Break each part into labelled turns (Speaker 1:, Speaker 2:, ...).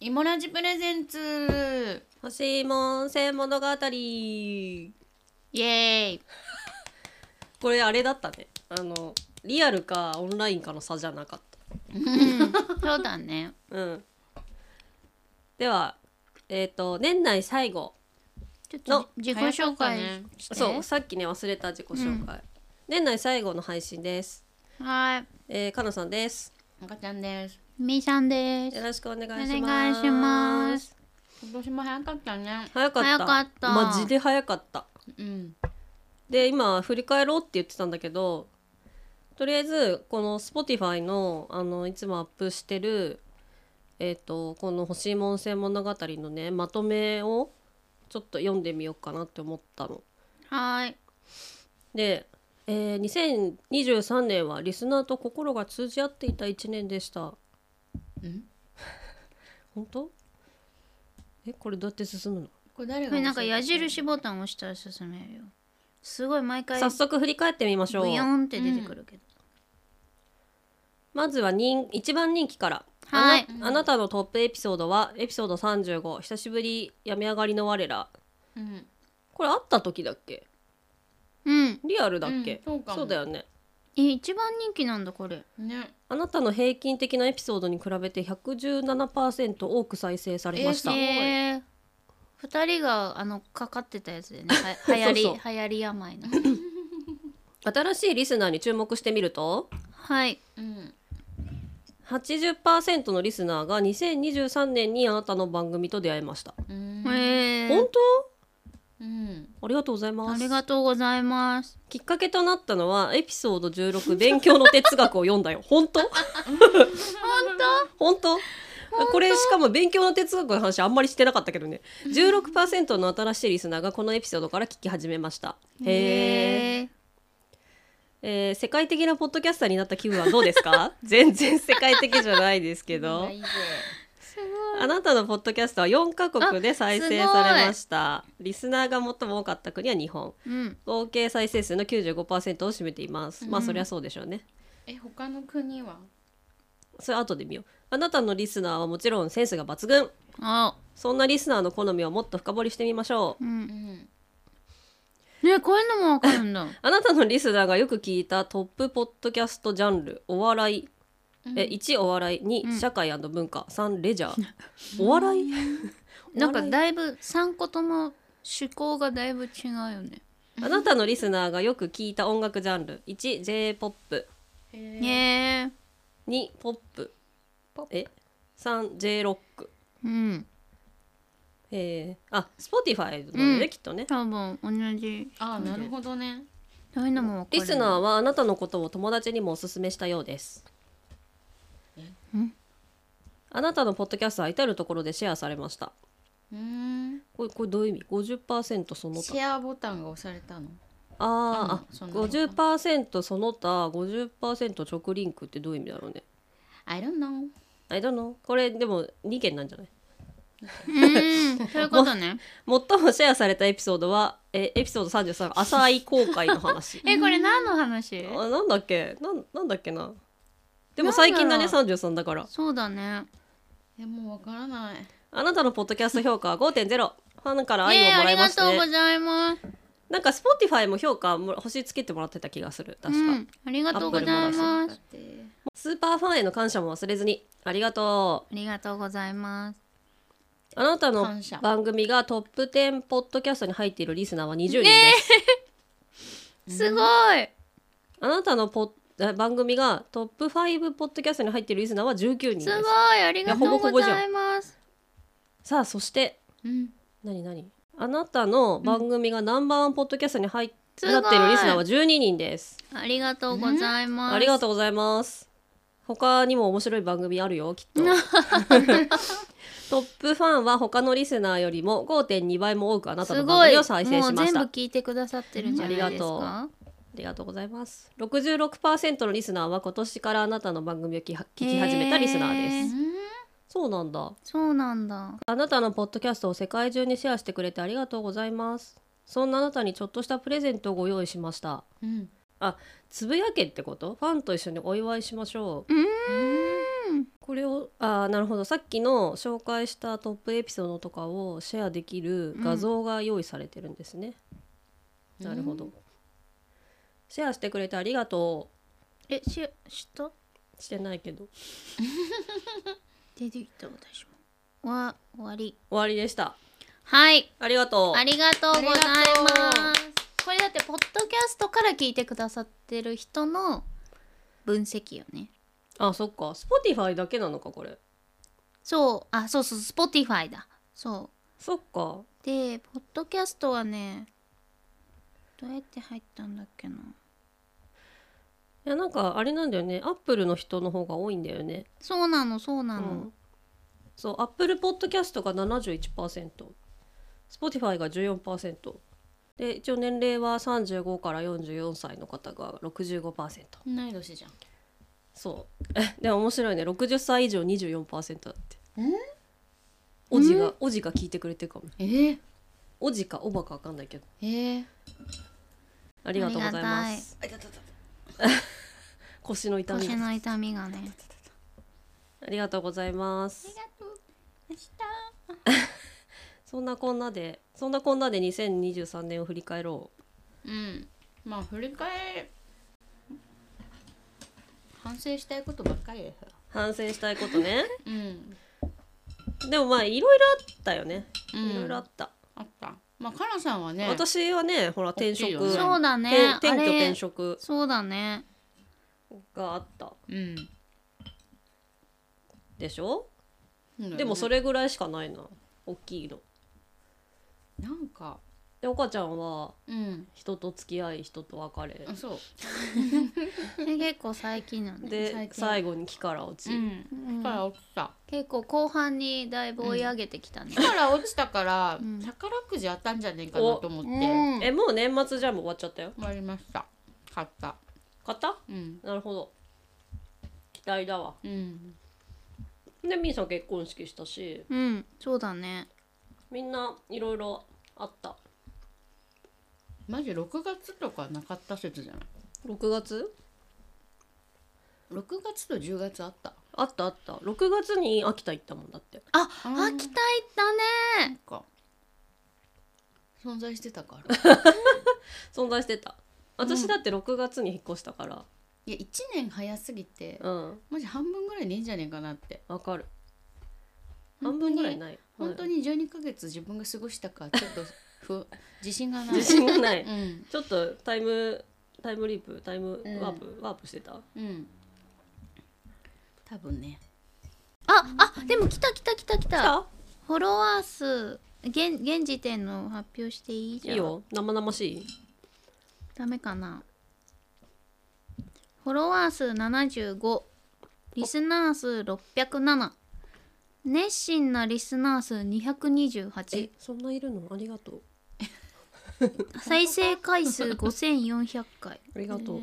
Speaker 1: イモラジプレゼンツ
Speaker 2: 欲しいもんせ物語こ
Speaker 1: イエー イ
Speaker 2: れあれだったねあのリアルかオンラインかの差じゃなかっ
Speaker 1: うんそうだね
Speaker 2: たうんではえっ、と年内最後
Speaker 1: ちょっ
Speaker 2: の
Speaker 1: と自己紹介して
Speaker 2: そうさっきね忘れた自己紹介、年内最後の配信です
Speaker 1: はい
Speaker 2: えー、かなさんです
Speaker 1: 赤ちゃんですみーさんです
Speaker 2: よろしくお願いします
Speaker 1: お願いします今年も早かったね
Speaker 2: 早かった
Speaker 1: 早かった
Speaker 2: マジで早かった
Speaker 1: うん
Speaker 2: で今振り返ろうって言ってたんだけどとりあえずこの Spotify のあのいつもアップしてる、えっとこの「星門線物語」のねまとめをちょっと読んでみようかなって思ったの。
Speaker 1: はい
Speaker 2: で、えー2023年はリスナーと心が通じ合っていた1年でした。
Speaker 1: ん
Speaker 2: 本当えこれどうやって進むの
Speaker 1: これ誰
Speaker 3: これなんか矢印ボタン押したら進めるよすごい毎回
Speaker 2: 早速振り返ってみましょう
Speaker 3: ブ。ヨンって出てくるけど、
Speaker 2: まずは人一番人気から。
Speaker 3: はい
Speaker 2: あなあなたのトップエピソードはエピソード35久しぶり病み上がりの我ら
Speaker 1: うん
Speaker 2: これ会った時だっけ
Speaker 3: うん
Speaker 2: リアルだっけ、
Speaker 1: うんそうかも
Speaker 2: だよね
Speaker 3: え一番人気なんだこれ
Speaker 1: ね
Speaker 2: あなたの平均的なエピソードに比べて117%多く再生されました、
Speaker 1: えー
Speaker 3: えー、2人があのかかってたやつでねは流行り
Speaker 2: そうそ
Speaker 3: 流行り病の
Speaker 2: 新しいリスナーに注目してみると
Speaker 3: はい
Speaker 1: うん
Speaker 2: 80%のリスナーが2023年にあなたの番組と出会いました、
Speaker 1: うん
Speaker 3: えー
Speaker 2: 本、
Speaker 1: うん
Speaker 2: 当ありがとうございま
Speaker 3: あ
Speaker 2: す
Speaker 3: りがとうございます
Speaker 2: きっかけとなったのはエピソード16勉強の哲学を読んだよ本当本当本当これしかも勉強の哲学の話あんまりしてなかったけどね16%の新しいリスナーがこのエピソードから聞き始めましたへえ
Speaker 3: えー、
Speaker 2: えー世界的なポッドキャスターになった気分はどうですか 全然世界的じゃないですけど
Speaker 1: いいぜ
Speaker 3: すご
Speaker 2: あなたのポッドキャストは4カ国で再生されましたリスナーが最も多かった国は日本
Speaker 3: いうん
Speaker 2: 合計再生数の95%を占めています、まあ
Speaker 3: うん
Speaker 2: そりゃそうでしょうね
Speaker 1: え他の国は
Speaker 2: それ後で見ようあなたのリスナーはもちろんセンスが抜群
Speaker 3: あ
Speaker 2: そんなリスナーの好みをもっと深掘りしてみましょう
Speaker 3: うん
Speaker 1: うん
Speaker 3: ねこういうのもわかるんだ
Speaker 2: あなたのリスナーがよく聞いたトップポッドキャストジャンルお笑い、え1お笑い2、
Speaker 3: うん
Speaker 2: 社会文化3レジャー お笑い
Speaker 3: なんかだいぶ3個とも趣向がだいぶ違うよね
Speaker 2: あなたのリスナーがよく聞いた音楽ジャンル1 j p o p
Speaker 1: へ
Speaker 3: ね
Speaker 1: え
Speaker 3: え
Speaker 2: 2
Speaker 3: ー、
Speaker 2: ポップ
Speaker 1: ポッ
Speaker 2: え3 j ロック
Speaker 3: うん
Speaker 2: えー、あ Spotify のね、
Speaker 3: うん
Speaker 2: きっとね
Speaker 3: 多分同じ
Speaker 1: あなるほどね
Speaker 3: そういうのもわかる
Speaker 2: リスナーはあなたのことを友達にもおすすめしたようです
Speaker 3: ん
Speaker 2: あなたのポッドキャストは至る所でシェアされました
Speaker 1: うん
Speaker 2: これこれどういう意味50%その
Speaker 1: シ
Speaker 2: 他
Speaker 1: ェアボタンが押されたの
Speaker 2: あ
Speaker 1: うん
Speaker 2: ー、
Speaker 1: そん
Speaker 2: あ
Speaker 1: なこと
Speaker 2: 50%その他50%直リンクってどういう意味だろうね
Speaker 1: I don't know
Speaker 2: I don't know これでも2件なんじゃないう
Speaker 3: ーんそういうことね
Speaker 2: 最もシェアされたエピソードはえエピソード33浅い後悔の話
Speaker 3: えこれ何の話
Speaker 2: あなんだっけなんなんだっけなでも最近だね
Speaker 3: なんだ
Speaker 2: 33だから
Speaker 3: そうだね
Speaker 1: えもうわからない
Speaker 2: あなたのポッドキャスト評価は5.0ファンから愛を
Speaker 3: ええ
Speaker 2: も
Speaker 3: あ
Speaker 2: ら
Speaker 3: り
Speaker 2: いま
Speaker 3: が
Speaker 2: した
Speaker 3: とうご
Speaker 2: ね、
Speaker 3: ざいます
Speaker 2: なんか Spotify も評価も星つけてもらってた気がする確か、
Speaker 3: うんありがとうござい
Speaker 1: だ
Speaker 3: ま
Speaker 1: っ
Speaker 3: す
Speaker 1: て
Speaker 2: スーパーファンへの感謝も忘れずにありがと
Speaker 3: ありがとうございます
Speaker 2: うあなたの
Speaker 1: 感謝
Speaker 2: 番組がトップ10ポッドキャストに入っているリスナーは20人です、
Speaker 3: すごい
Speaker 2: あなたのポッえ番組がトップ5ポッドキャストに入っているリスナーは19人です
Speaker 3: すごいありがとうございます
Speaker 2: さあそして
Speaker 1: うん
Speaker 2: 何何あなたの番組がナンバーワンポッドキャストに入っ
Speaker 3: すごい
Speaker 2: なっているリスナーは12人です
Speaker 3: ありがとうございます
Speaker 2: ありがとうございます。他にも面白い番組あるよ、きっ と。トップファンは他のリスナーよりも5.2倍も多くあなた
Speaker 3: す
Speaker 2: の
Speaker 3: ご
Speaker 2: 番
Speaker 3: い
Speaker 2: 組
Speaker 3: も
Speaker 2: を
Speaker 3: う
Speaker 2: 再
Speaker 3: 全
Speaker 2: 生
Speaker 3: 部
Speaker 2: しました。あ
Speaker 3: 聞いてくださってるんじゃないです
Speaker 2: あ
Speaker 3: か
Speaker 2: りがとうございます。66%のリスナーは今年からあなたたの番組を聞き聞き始めたリスナー
Speaker 3: へ
Speaker 2: で
Speaker 3: ー
Speaker 2: す。そうなんだ。
Speaker 3: そうなんだ
Speaker 2: あなたのポッドキャストを世界中にシェアしてくれてありがとうございます。そんなあなたにちょっとしたプレゼントをご用意しました。
Speaker 1: うん
Speaker 2: つぶやけってことファンと一緒にお祝いしましょう。
Speaker 3: うーん
Speaker 2: これをあーなるほどさっきの紹介したトップエピソードとかをシェアできる画像が用意されてるんですね、
Speaker 1: うん
Speaker 2: なるほど、
Speaker 1: うん
Speaker 2: シェアしてくれてありがと
Speaker 3: えし知った
Speaker 2: うしてないけど
Speaker 3: 出てきた私もわ終わり
Speaker 2: 終わりでした
Speaker 3: はい
Speaker 2: ありがとう
Speaker 3: ありがとうございま
Speaker 1: あ
Speaker 3: す
Speaker 1: りが
Speaker 3: これだってポッドキャストから聞いてくださってる人の分析よね
Speaker 2: あそっか Spotify だけなのかこれ
Speaker 3: そうあそうそう Spotify だそ
Speaker 2: そっか
Speaker 3: うでポッドキャストはねどうやって入ったんだっけない
Speaker 2: やなんかあれなんだよねアップルの人の方が多いんだよね
Speaker 3: そうなのそうなの、
Speaker 2: うんそうアップルポッドキャストが 71%Spotify が14%で一応年齢は35から44歳の方が65%
Speaker 1: 同い年じゃん
Speaker 2: そう えでも面白いね60歳以上24%だって
Speaker 1: ん
Speaker 2: おじがおじが聞いてくれてるかも
Speaker 1: えー、
Speaker 2: おじかおばかわかんないけど
Speaker 1: えー、
Speaker 2: ありがとうございます 腰の痛み
Speaker 3: 腰
Speaker 2: です
Speaker 3: の痛みがね
Speaker 2: ありがとうございます
Speaker 3: 明日
Speaker 2: そんなこんなでそんなこんなで2023年を振り返ろう
Speaker 1: うんまあ振り返る反省したいことばっかりですよ
Speaker 2: 反省したいことね
Speaker 1: うん
Speaker 2: でもまあいろいろあったよね
Speaker 1: うん
Speaker 2: いろいろあった、
Speaker 1: あったまあかなさんはね
Speaker 2: 私はねほら転
Speaker 1: 大きいよ
Speaker 2: 職
Speaker 1: ね
Speaker 2: て
Speaker 3: そうだね
Speaker 2: 転居
Speaker 3: あれ
Speaker 2: 転職
Speaker 3: そうだね
Speaker 2: があった
Speaker 1: うん
Speaker 2: でしょ
Speaker 1: そうだよね
Speaker 2: でもそれぐらいしかないな大きいの
Speaker 1: なんか
Speaker 2: でお母ちゃんは
Speaker 1: うん
Speaker 2: 人と付き合い人と別れ
Speaker 1: あそう
Speaker 3: それ結構最近なのね、
Speaker 2: で
Speaker 1: 最近
Speaker 2: 最後に木から落ち、
Speaker 1: ん
Speaker 3: うん
Speaker 1: から落ちた
Speaker 3: 結構後半にだいぶ追い上げてきたね、
Speaker 1: から落ちたから、
Speaker 3: うん
Speaker 1: 宝くじ当たんじゃねえかなと思って終
Speaker 3: うん
Speaker 2: えもう年末じゃんもう終わっちゃったよ
Speaker 1: わりました買った
Speaker 2: 買った
Speaker 1: うん
Speaker 2: なるほど期待だわ
Speaker 1: うん
Speaker 2: でみーさん結婚式したし
Speaker 3: うん、そうだね
Speaker 2: みんないろいろあった
Speaker 1: マジ6月とかなかった説じゃない
Speaker 2: 6月
Speaker 1: 6月と10月あった
Speaker 2: あったあった6月に秋田行ったもんだって
Speaker 3: あ、
Speaker 1: うん
Speaker 3: 秋田行った
Speaker 1: なん
Speaker 3: ね
Speaker 1: か存在してたから
Speaker 2: 存在してた私だって6月に引っ越したから
Speaker 1: いや1年早すぎて
Speaker 2: うん
Speaker 1: マジ半分ぐらいねえんじゃねえかなって
Speaker 2: わかる半
Speaker 1: 本当に
Speaker 2: 分ぐらいない
Speaker 1: 本当
Speaker 2: に
Speaker 1: に12ヶ月自分が過ごしたかちょっと不自信がない
Speaker 2: 自信がない
Speaker 1: うん
Speaker 2: ちょっとタイムタイムリープタイムワープ、ワープしてた
Speaker 1: うん多分ね
Speaker 3: あ、あ、でも来た来た来た来た
Speaker 2: あ
Speaker 3: フォロワー数現現時点の発表していいじゃ
Speaker 2: いい
Speaker 3: ん
Speaker 2: よ生々しい
Speaker 3: ダメかなフォロワー数75リスナー数607熱心なリスナー数228
Speaker 2: そんないるのありがとう
Speaker 3: 再生回数5400回
Speaker 2: ありがとう、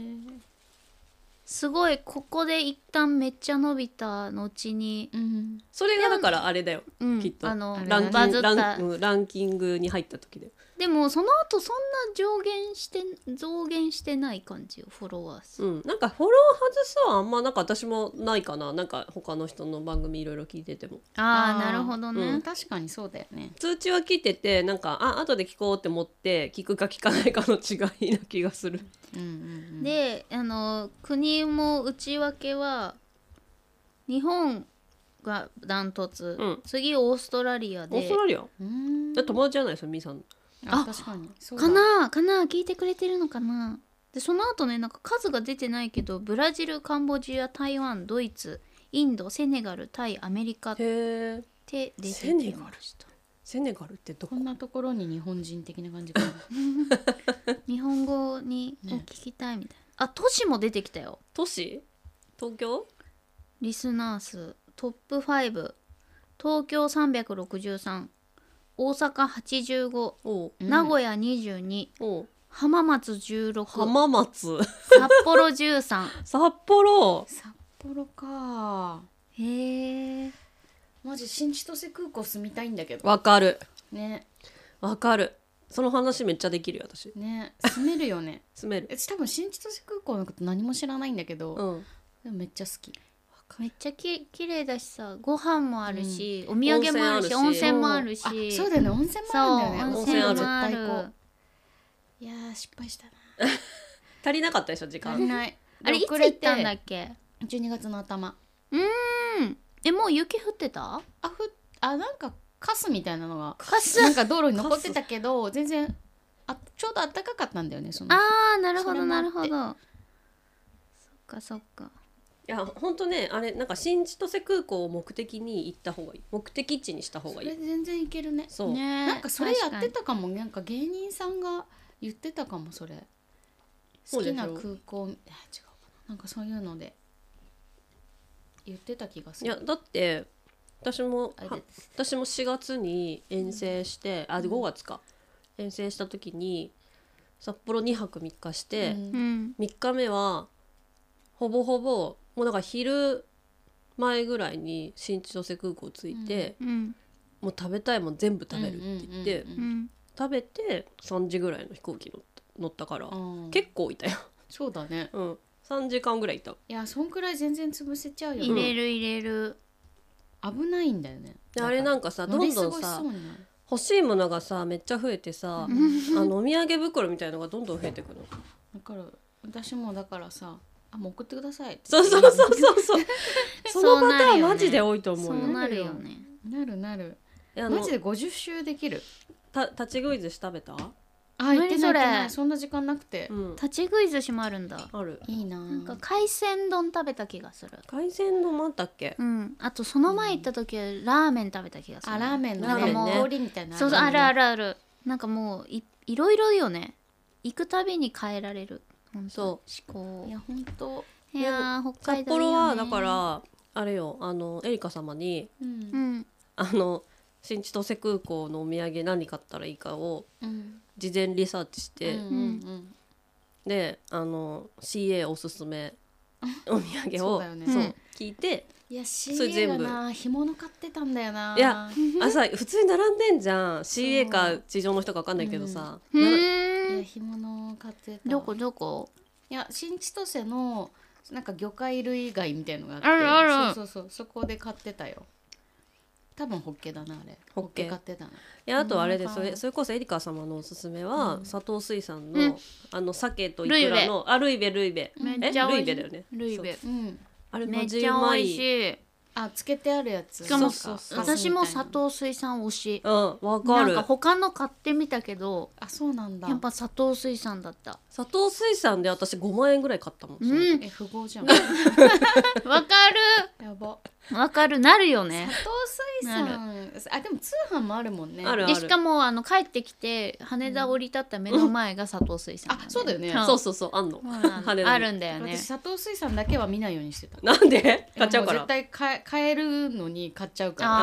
Speaker 3: すごいここで一旦めっちゃ伸びた後に、
Speaker 1: うん
Speaker 2: それがだからあれだよ
Speaker 3: うん
Speaker 2: きっと
Speaker 3: あの
Speaker 1: あれ
Speaker 2: ランキ
Speaker 3: バ
Speaker 2: ン
Speaker 3: ズ
Speaker 2: グ
Speaker 3: った
Speaker 2: ランうんランキングに入った時で
Speaker 3: でもその後そんな上限して増減してない感じよフォロワー数、
Speaker 2: うんなんかフォロー外すはあんまなんか私もないかななんか他の人の番組いろいろ聞いてても
Speaker 1: あ
Speaker 3: ああ
Speaker 1: ー
Speaker 3: なるほどね、
Speaker 2: うん
Speaker 1: 確かにそうだよね
Speaker 2: 通知は聞いててなんかあ後で聞こうって思って聞くか聞かないかの違いな気がする
Speaker 1: うんうんうん
Speaker 3: であの国も内訳は日本がダントツ、
Speaker 2: うん
Speaker 3: 次オーストラリア
Speaker 2: オー
Speaker 3: で
Speaker 2: ストラリア
Speaker 1: うん
Speaker 2: え友達じゃないですよみーさん
Speaker 1: あ
Speaker 3: あ
Speaker 1: 確かにそうだ
Speaker 3: かなかな聞いてくれてるのかなでその後ねなんか数が出てないけどブラジルカンボジア台湾ドイツインドセネガルタイアメリカっ
Speaker 2: へえ
Speaker 3: て出て
Speaker 2: セネ
Speaker 3: き
Speaker 2: ガ
Speaker 3: ま
Speaker 2: ル
Speaker 3: した
Speaker 2: セネガルってど
Speaker 1: こ
Speaker 2: こ
Speaker 1: んなところに日本人的な感じかな
Speaker 3: 日本語にを聞きたいみたいな、あ都市も出てきたよ
Speaker 2: 都市東京
Speaker 3: リスナー数トップ5東京363大阪85
Speaker 2: おう
Speaker 1: うん
Speaker 3: 名古屋22
Speaker 2: おう
Speaker 3: 浜松16
Speaker 2: 浜松
Speaker 3: 札幌13
Speaker 2: 札幌
Speaker 1: 札幌か
Speaker 3: へえ
Speaker 1: マジ新千歳空港住みたいんだけど
Speaker 2: わかる
Speaker 1: ね
Speaker 2: わかるその話めっちゃできるよ私
Speaker 1: ね住めるよね
Speaker 2: 住める
Speaker 1: 私多分新千歳空港のこと何も知らないんだけど、
Speaker 2: うんわ
Speaker 1: でもめっちゃ好き
Speaker 3: めっちゃき綺麗だしさご飯もあるし、お土産もあるし温
Speaker 2: 温
Speaker 3: 泉
Speaker 2: 泉
Speaker 3: も
Speaker 2: も
Speaker 3: あ
Speaker 1: あ
Speaker 3: る
Speaker 1: る
Speaker 3: し
Speaker 1: そうだよね温泉もあるんだよね
Speaker 2: そう
Speaker 3: 温
Speaker 2: 温
Speaker 3: 泉
Speaker 2: 泉
Speaker 3: も
Speaker 2: あ
Speaker 3: あ
Speaker 2: る
Speaker 3: る
Speaker 1: 絶対行こ
Speaker 3: いやー失敗したな
Speaker 2: 足りなかったでしょ時
Speaker 1: う足り
Speaker 2: 間
Speaker 1: ない
Speaker 3: あれいつ行ったんだっけ
Speaker 1: 12月の頭
Speaker 3: えもう雪降ってた
Speaker 1: あふあなんかカスみたいなのが
Speaker 3: かす
Speaker 1: なんか道路に残ってたけど全然あちょうど暖かかったんだよねその
Speaker 3: あーなるほ
Speaker 1: そ
Speaker 3: ど
Speaker 1: れも
Speaker 3: な
Speaker 1: あっ
Speaker 3: る
Speaker 1: て
Speaker 3: ほどそっかそっか
Speaker 2: いや本当ねあれなんか新千歳空港を目的に行った方がいい目的地にした方
Speaker 1: そ
Speaker 2: がいい
Speaker 1: れ全然いけるね
Speaker 2: そう、
Speaker 3: ね
Speaker 1: なんかそれやって
Speaker 3: 確か
Speaker 1: たかもなんか芸人さんが言ってたかもそれ
Speaker 2: そ
Speaker 1: 好
Speaker 2: うで
Speaker 1: き
Speaker 2: し
Speaker 1: な
Speaker 2: ょ
Speaker 1: 空港あ違うかななんかそういうので言ってた気がす
Speaker 2: いや
Speaker 1: る
Speaker 2: だって私も
Speaker 1: あれ
Speaker 2: は私も4月に遠征して、あ5月か遠征した時に札幌2泊3日して、
Speaker 1: うん
Speaker 3: にうん
Speaker 2: 3日目はほぼほぼもうだから昼前ぐらいに新千歳空港着いて、
Speaker 3: うん
Speaker 2: もう食べたいもん全部食べるって言って、
Speaker 1: うんうんうん
Speaker 3: うん
Speaker 2: 食べて3時ぐらいの飛行機乗った乗ったから、
Speaker 1: うん
Speaker 2: 結構いたよ、
Speaker 1: そうだね
Speaker 2: うん、3時間ぐらいいた
Speaker 1: いやそんくらい全然潰せちゃうよ
Speaker 3: 入
Speaker 1: ね
Speaker 3: れる入れる
Speaker 1: 危ないんだよね
Speaker 2: であれなんんかさ
Speaker 1: か
Speaker 2: ど
Speaker 1: 乗り
Speaker 2: ん
Speaker 1: 過
Speaker 2: ど
Speaker 1: ご
Speaker 2: ん
Speaker 1: し
Speaker 2: さ
Speaker 1: そうになる
Speaker 2: 欲しいものがさめっちゃ増えてさ、あのお土産袋みたいのがどんどん増えてくの。
Speaker 1: だから私もだからさ「あもう送ってください」って
Speaker 2: そうそうそうそうそう。そのパタ
Speaker 3: そうなる
Speaker 2: ーン
Speaker 3: よね
Speaker 2: マジで多いと思
Speaker 3: そう
Speaker 2: よ。
Speaker 3: うなるよね
Speaker 1: なるなる
Speaker 2: えあ
Speaker 1: マ
Speaker 2: の
Speaker 1: ジで50周できる
Speaker 2: た立ち食い寿司食べた？
Speaker 1: あ行ってない
Speaker 3: 何
Speaker 1: 行
Speaker 3: そ
Speaker 1: って
Speaker 3: れ
Speaker 1: ないそんな時間なくて
Speaker 2: うん。
Speaker 3: 立ち食い寿司もあるんだ
Speaker 2: ある。
Speaker 1: いいな
Speaker 3: なん
Speaker 1: ぁ
Speaker 3: か海鮮丼食べた気がする
Speaker 2: 海鮮丼もあったっけ？
Speaker 3: うんあとその前行った時はラーメン食べた気がする
Speaker 1: あラーメンの
Speaker 3: なんかもう
Speaker 2: ラーメンね
Speaker 1: 氷みたいなの
Speaker 3: そうそうあ
Speaker 1: る
Speaker 3: る
Speaker 1: よね
Speaker 3: あるあるなんかもういいろいろよね行くたびに変えられる
Speaker 2: そ
Speaker 3: 思考
Speaker 1: いや本当
Speaker 3: いやー北海
Speaker 2: 札
Speaker 3: 道
Speaker 2: 幌
Speaker 3: いいよ、ね、
Speaker 2: はだからあれよあのエリカ様に
Speaker 1: うん
Speaker 3: うん
Speaker 2: あの新千歳空港のお土産何買ったらいいかを
Speaker 1: うん
Speaker 2: 事前リサーチして、
Speaker 1: うんうん
Speaker 2: であの CA おすす めお土産
Speaker 1: そう
Speaker 2: を
Speaker 1: だよね
Speaker 2: そう
Speaker 3: うん
Speaker 2: 聞いて
Speaker 1: いや
Speaker 2: それ
Speaker 1: CA
Speaker 2: 全
Speaker 1: が
Speaker 2: 部
Speaker 1: なぁ干物買ってたんだよない
Speaker 2: や朝普通に並んでんじゃん CA
Speaker 1: そ
Speaker 2: か
Speaker 1: う
Speaker 2: 地上の人か分かんないけどさ、
Speaker 3: う
Speaker 2: な
Speaker 1: いや
Speaker 3: ーん
Speaker 1: 干物買ってた
Speaker 3: どこどこ
Speaker 1: いや新千歳のなんか魚介類以外みたいのがあって
Speaker 3: あるある
Speaker 1: そうそうそうそこで買ってたよ多分ホッケだなあれ
Speaker 2: ホッケ
Speaker 1: 買ってたない
Speaker 2: やあとあれで
Speaker 1: うん
Speaker 2: それそれこそエリカ様のおすすめは、佐藤水産の、
Speaker 3: うん
Speaker 2: あの鮭とイクラのあルイベルイベ
Speaker 1: め
Speaker 2: え
Speaker 1: っ
Speaker 3: ちゃ
Speaker 2: ル
Speaker 3: 美味しい
Speaker 2: イベだよね
Speaker 3: ルイベ
Speaker 2: そう
Speaker 1: うん
Speaker 2: あれ
Speaker 3: め
Speaker 2: マ
Speaker 3: っ
Speaker 2: ジ
Speaker 3: ち
Speaker 2: う
Speaker 3: ゃ
Speaker 2: ま
Speaker 3: 美味
Speaker 2: い
Speaker 3: し
Speaker 2: い
Speaker 3: い
Speaker 1: あつけてあるやつ
Speaker 3: しかも
Speaker 1: そうそう
Speaker 3: 私も
Speaker 1: そう
Speaker 3: 佐藤水産推し
Speaker 2: うんわか
Speaker 3: なん
Speaker 2: る
Speaker 3: か他の買ってみたけど
Speaker 1: あそうなんだ
Speaker 3: やっぱ佐藤水産だった
Speaker 2: 佐藤水産で私5万円ぐらい買ったもん、
Speaker 3: うん
Speaker 2: そう
Speaker 1: え不合じゃん
Speaker 3: わか
Speaker 1: やば
Speaker 3: るわかるなるよね
Speaker 1: 佐藤水産あでも通販もあるもんね
Speaker 2: ある
Speaker 3: でしかもあの帰ってきて羽田降り立った目の前が佐藤水産なん
Speaker 1: あそうだよね
Speaker 3: ん
Speaker 2: そうそうそうあんの
Speaker 3: そうなんだ
Speaker 2: 羽田に
Speaker 3: あるんだよね
Speaker 1: 私佐藤水産だけは見ないようにしてた
Speaker 2: なんで買っちゃうか
Speaker 1: も
Speaker 2: ら
Speaker 1: 絶対買え買えるのに買っちゃうから
Speaker 3: あ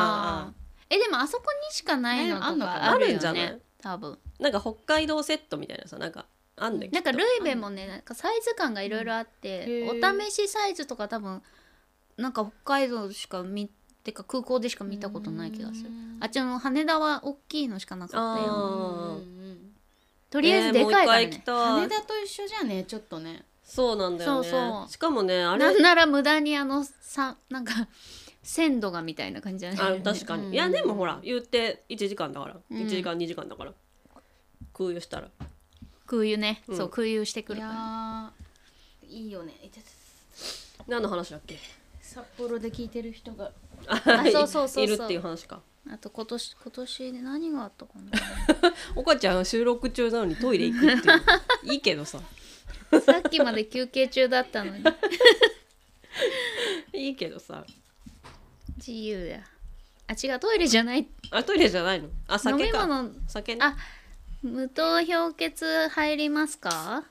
Speaker 3: あえでもあそこにしかないのと
Speaker 1: ねあんのか
Speaker 3: か
Speaker 1: な
Speaker 3: ある
Speaker 2: あ
Speaker 3: よね
Speaker 2: るんじゃない
Speaker 3: 多分
Speaker 2: なんか北海道セットみたいなさなんかあんね
Speaker 3: なんかルイベもねなんかサイズ感がいろいろあっ
Speaker 1: う
Speaker 3: て、
Speaker 1: んへ
Speaker 3: お
Speaker 1: ー
Speaker 3: 試しサイズとか多分なんか北海道しか見てか空港でしか見たことない気がする
Speaker 1: うん
Speaker 3: あっちの羽田は大きいのしかなかっ
Speaker 1: う
Speaker 3: た
Speaker 1: んう
Speaker 2: あー
Speaker 3: よ
Speaker 1: んうん
Speaker 3: とりあえずでかいから
Speaker 2: えーもう一回行
Speaker 3: ね
Speaker 2: き、たい
Speaker 1: 羽田と一緒じゃねちょっとね
Speaker 2: そうなんだよね
Speaker 3: そうそう
Speaker 2: しかもねあれ
Speaker 3: なんなら無駄にあのさなんか鮮度がみたいな感じじゃない
Speaker 2: あ確かに、
Speaker 1: うん
Speaker 2: いやでもほら言って1時間だから、
Speaker 3: うん
Speaker 2: 1時間2時間だから空輸したら
Speaker 3: 空輸ね、
Speaker 2: うん
Speaker 3: そう空輸してく
Speaker 1: い
Speaker 3: るから
Speaker 1: やーいいよねいてて
Speaker 2: 何の話だっけ
Speaker 1: 札幌で聞いてる人が
Speaker 2: あ
Speaker 3: そうそうそうそ う
Speaker 2: いるっていう話か
Speaker 3: あと今年今年で何があったか
Speaker 2: 岡ちゃん収録中なのにトイレ行くっていう いいけどさ
Speaker 3: なさっきまで休憩中だったのに
Speaker 2: いいけどさ
Speaker 3: 自由だあ違うトイレじゃない
Speaker 2: あトイレじゃないのあ
Speaker 3: 飲
Speaker 2: 酒
Speaker 3: み
Speaker 2: か
Speaker 3: 物
Speaker 2: 酒ね
Speaker 3: あ無糖氷結入りますか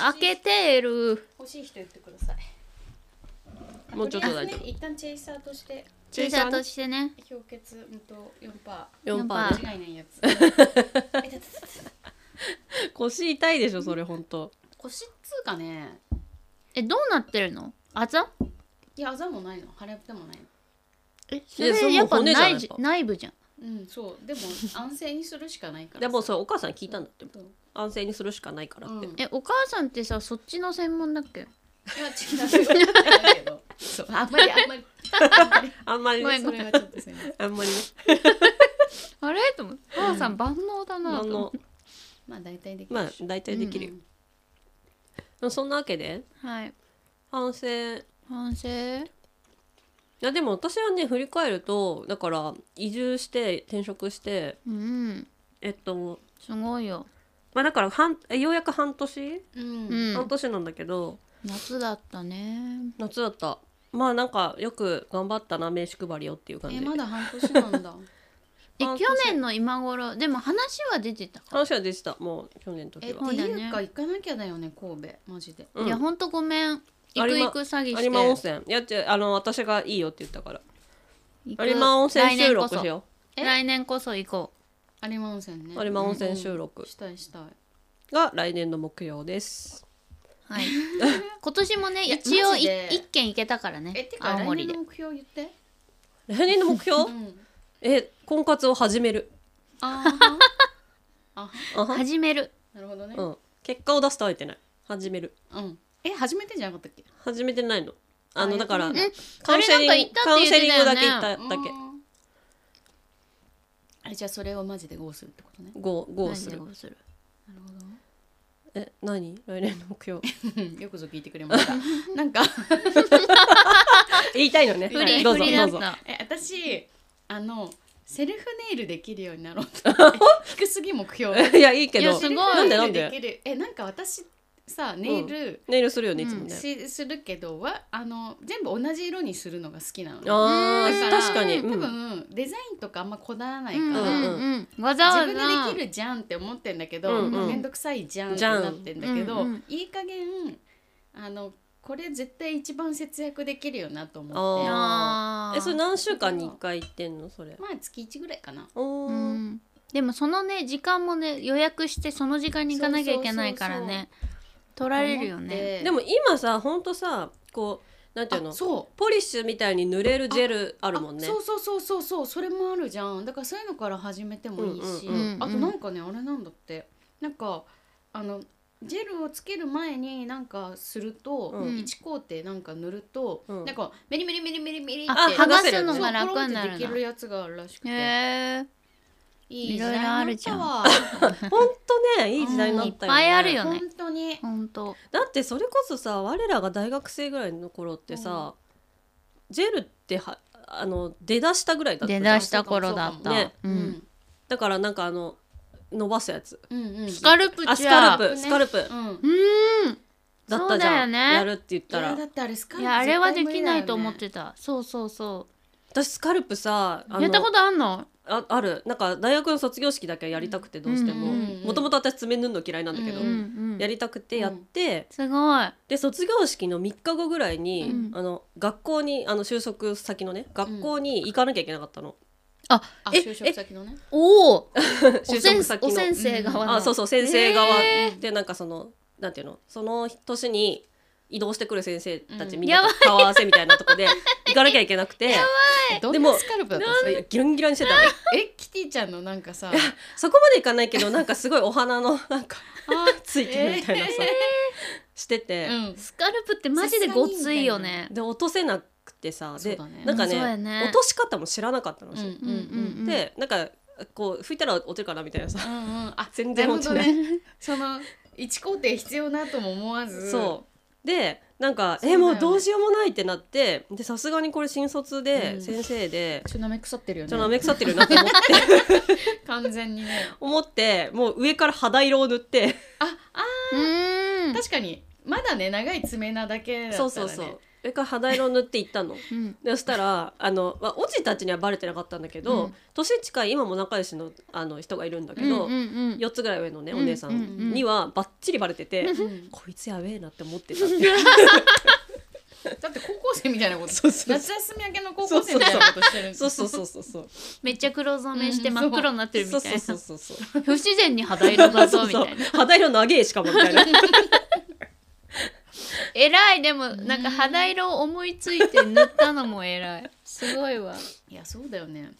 Speaker 3: 開けてる
Speaker 1: 欲しい人言ってください
Speaker 2: もうちょっとだけ
Speaker 1: とりあえずね一旦チェイサーとして
Speaker 3: チェイサーとしてね
Speaker 1: 氷結無糖4パ
Speaker 2: 4パ
Speaker 3: あ
Speaker 2: ー
Speaker 1: ー
Speaker 2: ね
Speaker 1: 間違いないやつえててて
Speaker 2: 腰痛いでしょそれほんと
Speaker 1: 腰っつうかね
Speaker 3: えどうなってるのあざ
Speaker 1: いやあざもないの腫れてもないの
Speaker 3: えそ
Speaker 2: いやそ
Speaker 3: れ
Speaker 2: れ
Speaker 3: や
Speaker 2: も
Speaker 3: っ
Speaker 2: う
Speaker 3: ぱ
Speaker 2: 骨じゃない
Speaker 3: 内
Speaker 2: です
Speaker 3: じ
Speaker 2: か
Speaker 3: 内部じゃん
Speaker 1: うんそうでも安静にするしかないから
Speaker 2: でもそれお母さんに聞いたんだって
Speaker 1: そう
Speaker 2: 安静にするしかないからって、
Speaker 1: うん
Speaker 3: えお母さんってさそっちの専門だっけ
Speaker 1: いや違う違うだけどそうあんまりあんまりあんまり
Speaker 2: あんまり
Speaker 3: ごめ
Speaker 2: ね
Speaker 3: ん
Speaker 1: それはちょっとすみません
Speaker 2: あんまりね
Speaker 3: あれと思って母さん万能だ
Speaker 2: あ
Speaker 3: なと思っ
Speaker 2: の
Speaker 3: て、
Speaker 1: まあ大体できる
Speaker 2: まあ大体できるよ、そんなわけで
Speaker 3: はい
Speaker 2: 反省い
Speaker 3: 反省
Speaker 2: やでも私はね振り返るとだから移住して転職して
Speaker 3: うん
Speaker 2: えっと
Speaker 3: すごいよ、
Speaker 2: まあだから半えようやく半年、
Speaker 1: うん、
Speaker 3: うん、
Speaker 2: 半年なんだけど
Speaker 3: 夏だったね
Speaker 2: 夏だったまあなんかよく頑張ったな名刺配りよっていう感じ、
Speaker 1: えまだ半年なんだ
Speaker 3: え
Speaker 2: 半
Speaker 3: 去
Speaker 2: 年
Speaker 3: 年の今頃でも話は出てたか
Speaker 2: 話は出てたもう去年の
Speaker 1: え
Speaker 2: 時
Speaker 1: って
Speaker 2: は
Speaker 3: そうだね
Speaker 1: いうか行かなきゃだよね神戸マジで
Speaker 2: うん
Speaker 3: いやほんとごめん
Speaker 2: 有
Speaker 3: 行
Speaker 2: 馬
Speaker 3: く行く詐欺
Speaker 2: 有馬温
Speaker 3: して
Speaker 2: 泉いや違うあの私がいいよって言ったから
Speaker 3: 行く
Speaker 2: 有馬温泉収
Speaker 3: 来年こ
Speaker 2: 録
Speaker 3: そ
Speaker 2: しよ
Speaker 1: え
Speaker 3: 来年こそ行こ
Speaker 1: 有馬温泉ね
Speaker 2: う有馬温泉収録
Speaker 1: うんしたいしたいう
Speaker 2: が来年の目標です
Speaker 3: うはい今年もね
Speaker 1: いや
Speaker 3: 一応
Speaker 1: マ
Speaker 3: い
Speaker 1: ジで
Speaker 3: 一軒行けたからね
Speaker 1: えてか
Speaker 3: 青
Speaker 1: 来
Speaker 3: 森
Speaker 1: 年
Speaker 3: で
Speaker 1: の目標言って
Speaker 2: 来年の目 標
Speaker 1: ん
Speaker 2: え婚活を始める
Speaker 1: あーはんあ
Speaker 2: あは
Speaker 3: 始める
Speaker 1: なるほどね
Speaker 2: うん結果を出すとは言ってない始める
Speaker 1: うんえ初めてじゃなかったっけ
Speaker 2: 始めてないのあの
Speaker 1: あ
Speaker 2: だから
Speaker 1: やって
Speaker 3: ないの
Speaker 2: カウンセリン
Speaker 3: あれな
Speaker 2: グカウン
Speaker 3: んか行ったっ
Speaker 2: セ
Speaker 3: て
Speaker 2: リ
Speaker 3: 言
Speaker 2: ング
Speaker 3: ってた
Speaker 2: だ
Speaker 3: よね
Speaker 2: け行っただけ
Speaker 1: うんあれじゃあそれをマジでゴーするってことね
Speaker 2: ゴーゴーする
Speaker 3: 何をする
Speaker 1: なるほ
Speaker 2: え何来年の目標
Speaker 1: どよくぞ聞いてくれましたなんか
Speaker 2: 言いたいのね
Speaker 1: 不
Speaker 3: 不
Speaker 1: 利
Speaker 3: 利
Speaker 2: ど
Speaker 3: 不
Speaker 2: うぞど
Speaker 3: 利だ
Speaker 2: う
Speaker 3: っ
Speaker 2: ぞ
Speaker 3: た
Speaker 1: え私あのセルフネイルできるようになろう と思って低すぎ目標
Speaker 2: いやいいけ
Speaker 3: いや
Speaker 2: ど
Speaker 3: すごい
Speaker 2: なんでなん
Speaker 1: セルフネイ
Speaker 2: で
Speaker 1: ルできるえなんか私さネイル
Speaker 2: ネイルするよねいつもね
Speaker 1: し、するけどわあの全部同じ色にするのが好きなのねだ
Speaker 2: あー
Speaker 1: から
Speaker 2: 確かに
Speaker 1: 多
Speaker 2: うん
Speaker 1: 分デザインとかあんまこだわらないか
Speaker 3: うん
Speaker 1: ら、
Speaker 3: うんうんわざわざ
Speaker 1: 自分でできるじゃんって思ってんだけど、
Speaker 2: うんうん
Speaker 1: めんどくさいじゃんってなってんだけど、
Speaker 3: じゃんうんうん
Speaker 1: いい加減あのこれ絶対一番節約できるよなと思
Speaker 2: あ
Speaker 1: って
Speaker 2: ー
Speaker 3: あー
Speaker 2: えそれ何週間に1回行ってんのそれ
Speaker 1: まあ月1ぐらいかな
Speaker 2: お
Speaker 3: う
Speaker 2: ー
Speaker 3: んでもそのね時間もね予約してその時間に行かなきゃいけないからね取られるよね
Speaker 2: でも今さほんとさこうなんていう
Speaker 1: あ
Speaker 2: の
Speaker 1: そう
Speaker 2: ポリッシュみたいに塗れるジェルあるもんね
Speaker 1: そうそうそうそうそうそれもあるじゃんだからそういうのから始めてもいいし、
Speaker 2: うん
Speaker 3: うんうん
Speaker 1: あとなんかねあれなんだってなんかあのジェルをつける前になんかすると、
Speaker 2: うん
Speaker 1: 1工程なんか塗ると、
Speaker 2: うん
Speaker 1: なんかメリメリメリメリメリって
Speaker 3: あ
Speaker 2: で
Speaker 3: 剥がす
Speaker 2: の
Speaker 3: のが
Speaker 1: そうポロンっ
Speaker 3: 楽
Speaker 1: て
Speaker 3: になる
Speaker 1: でき
Speaker 3: の
Speaker 1: るやつがあるらしくて、
Speaker 3: へえ
Speaker 1: い
Speaker 3: いろいろあるじゃん
Speaker 1: ん。
Speaker 2: ほんとねいい時代になったよね
Speaker 3: うんいっぱいあるよ
Speaker 1: 本当に。
Speaker 3: 本当
Speaker 2: だってそれこそさ我らが大学生ぐらいの頃ってさ、ジェルってはあの出だしたぐらいだったじゃ
Speaker 3: 出
Speaker 2: ん
Speaker 3: だした頃だった、
Speaker 2: ね
Speaker 3: うん、
Speaker 2: だからなんかあの伸ばすやつ
Speaker 1: うんうん。
Speaker 3: スカルプ
Speaker 2: あ
Speaker 3: チ
Speaker 2: スカ
Speaker 3: ャ
Speaker 2: ルプ、
Speaker 1: ね
Speaker 2: スカルプ
Speaker 1: うん。
Speaker 3: うん
Speaker 2: だっ
Speaker 3: そう
Speaker 2: たじ
Speaker 3: だ
Speaker 2: ゃ
Speaker 3: よ
Speaker 2: ん、
Speaker 3: ね
Speaker 2: やるって言っ
Speaker 1: い
Speaker 2: た
Speaker 1: や
Speaker 2: ら
Speaker 1: だってあれスカル
Speaker 3: い
Speaker 1: プ。
Speaker 3: やあれはできないと思っ
Speaker 1: 絶
Speaker 3: てたそうそうそ
Speaker 2: 私スカルプさあ
Speaker 3: うやった
Speaker 2: の
Speaker 3: ことあんの
Speaker 2: ああるなんか大学の卒業式だけやりたくてどうしても
Speaker 1: うんうんうん
Speaker 2: もともと私爪塗るの嫌いなんだけど、
Speaker 1: う
Speaker 3: うんうん
Speaker 2: やりたくてやって、
Speaker 3: すごい
Speaker 2: で卒業式の3日後ぐらいに、
Speaker 3: うん
Speaker 2: あの学校にあの就職先のね学校に行かなきゃいけなかったの、
Speaker 1: 対無
Speaker 2: え
Speaker 1: 理だよね。あ、就職先のね。
Speaker 3: お お
Speaker 2: 就職先の
Speaker 3: お先生側の
Speaker 2: あそうそう先生側
Speaker 3: え
Speaker 2: でなんかそのなんていうのその年に移動してくる先生たちみん
Speaker 3: や
Speaker 2: な
Speaker 3: ば
Speaker 2: と顔合わせみたいなとこ で行かなきゃいけなくて
Speaker 1: ど
Speaker 2: で
Speaker 1: ん
Speaker 2: も
Speaker 1: なスカルプだったんですか。
Speaker 2: ギランギランしてた
Speaker 1: え、キティちゃんのなんかさ。
Speaker 2: そこまでいかないけどなんかすごいお花のなんか
Speaker 1: あ
Speaker 2: ついてるみたいなさ、してて、
Speaker 1: うん。
Speaker 3: スカルプってマジでごついよね
Speaker 2: で落とせなくてさ
Speaker 1: そう
Speaker 2: で、
Speaker 1: だね
Speaker 2: なんか
Speaker 3: うんそう
Speaker 2: ね
Speaker 3: やね
Speaker 2: 落とし方も知らなかったの、
Speaker 1: うんう
Speaker 2: 私
Speaker 1: んうん。
Speaker 3: ん
Speaker 2: でなんかこう拭いたら落ちるかなみたい なさ
Speaker 1: うんうん。あ、な
Speaker 2: 全然
Speaker 1: るほ
Speaker 2: 落ち
Speaker 1: ど
Speaker 2: ない、
Speaker 1: ね。その一工程必要なとも思わず。
Speaker 2: そうでなんか、
Speaker 1: そうだ
Speaker 2: え
Speaker 1: よね
Speaker 2: もうどうしようもないってなってでさすがにこれ新卒
Speaker 1: う
Speaker 2: で
Speaker 1: ん
Speaker 2: 先生で、
Speaker 1: ちょっとなめ腐ってるよね。
Speaker 2: ちょっとなめ腐ってるなって思って
Speaker 1: 完全にね。
Speaker 2: 思 ってもう上から肌色を塗って
Speaker 1: あ、あ
Speaker 3: うん
Speaker 1: 確かにまだね長い爪なだけだったら
Speaker 2: そう
Speaker 1: ね
Speaker 2: そうそう 上から肌色を塗って行ったの。
Speaker 3: うん
Speaker 2: でそしたらあの、まあ、オチたちにはバレてなかったんだけど、
Speaker 3: うん
Speaker 2: 年近い今も仲良しのあの人がいるんだけ
Speaker 3: うん
Speaker 2: ど、
Speaker 3: うんうん
Speaker 2: 4つぐらい上のねお姉さ
Speaker 3: うん
Speaker 2: ん
Speaker 3: うんうん
Speaker 2: にはバッチリバレて て、
Speaker 1: うん
Speaker 2: こいつやべえなって思ってたって
Speaker 1: だって高校生みたいなこと
Speaker 2: そうそう
Speaker 1: 夏休み明けの高校生みたいなことしてるんです
Speaker 2: そうそうそうそう そう
Speaker 3: めっちゃ黒染めして真っ黒になってるみたいな、
Speaker 2: そうそうそうそう
Speaker 3: 不自然に肌色だ
Speaker 2: そ
Speaker 3: ぞ
Speaker 2: う
Speaker 3: み
Speaker 2: そ
Speaker 3: た
Speaker 2: う
Speaker 3: いな
Speaker 2: 肌色長えしかもみたいな
Speaker 3: 偉いでもなんか肌色を思いついて塗ったのも偉いすごいわ
Speaker 1: いやそうだよね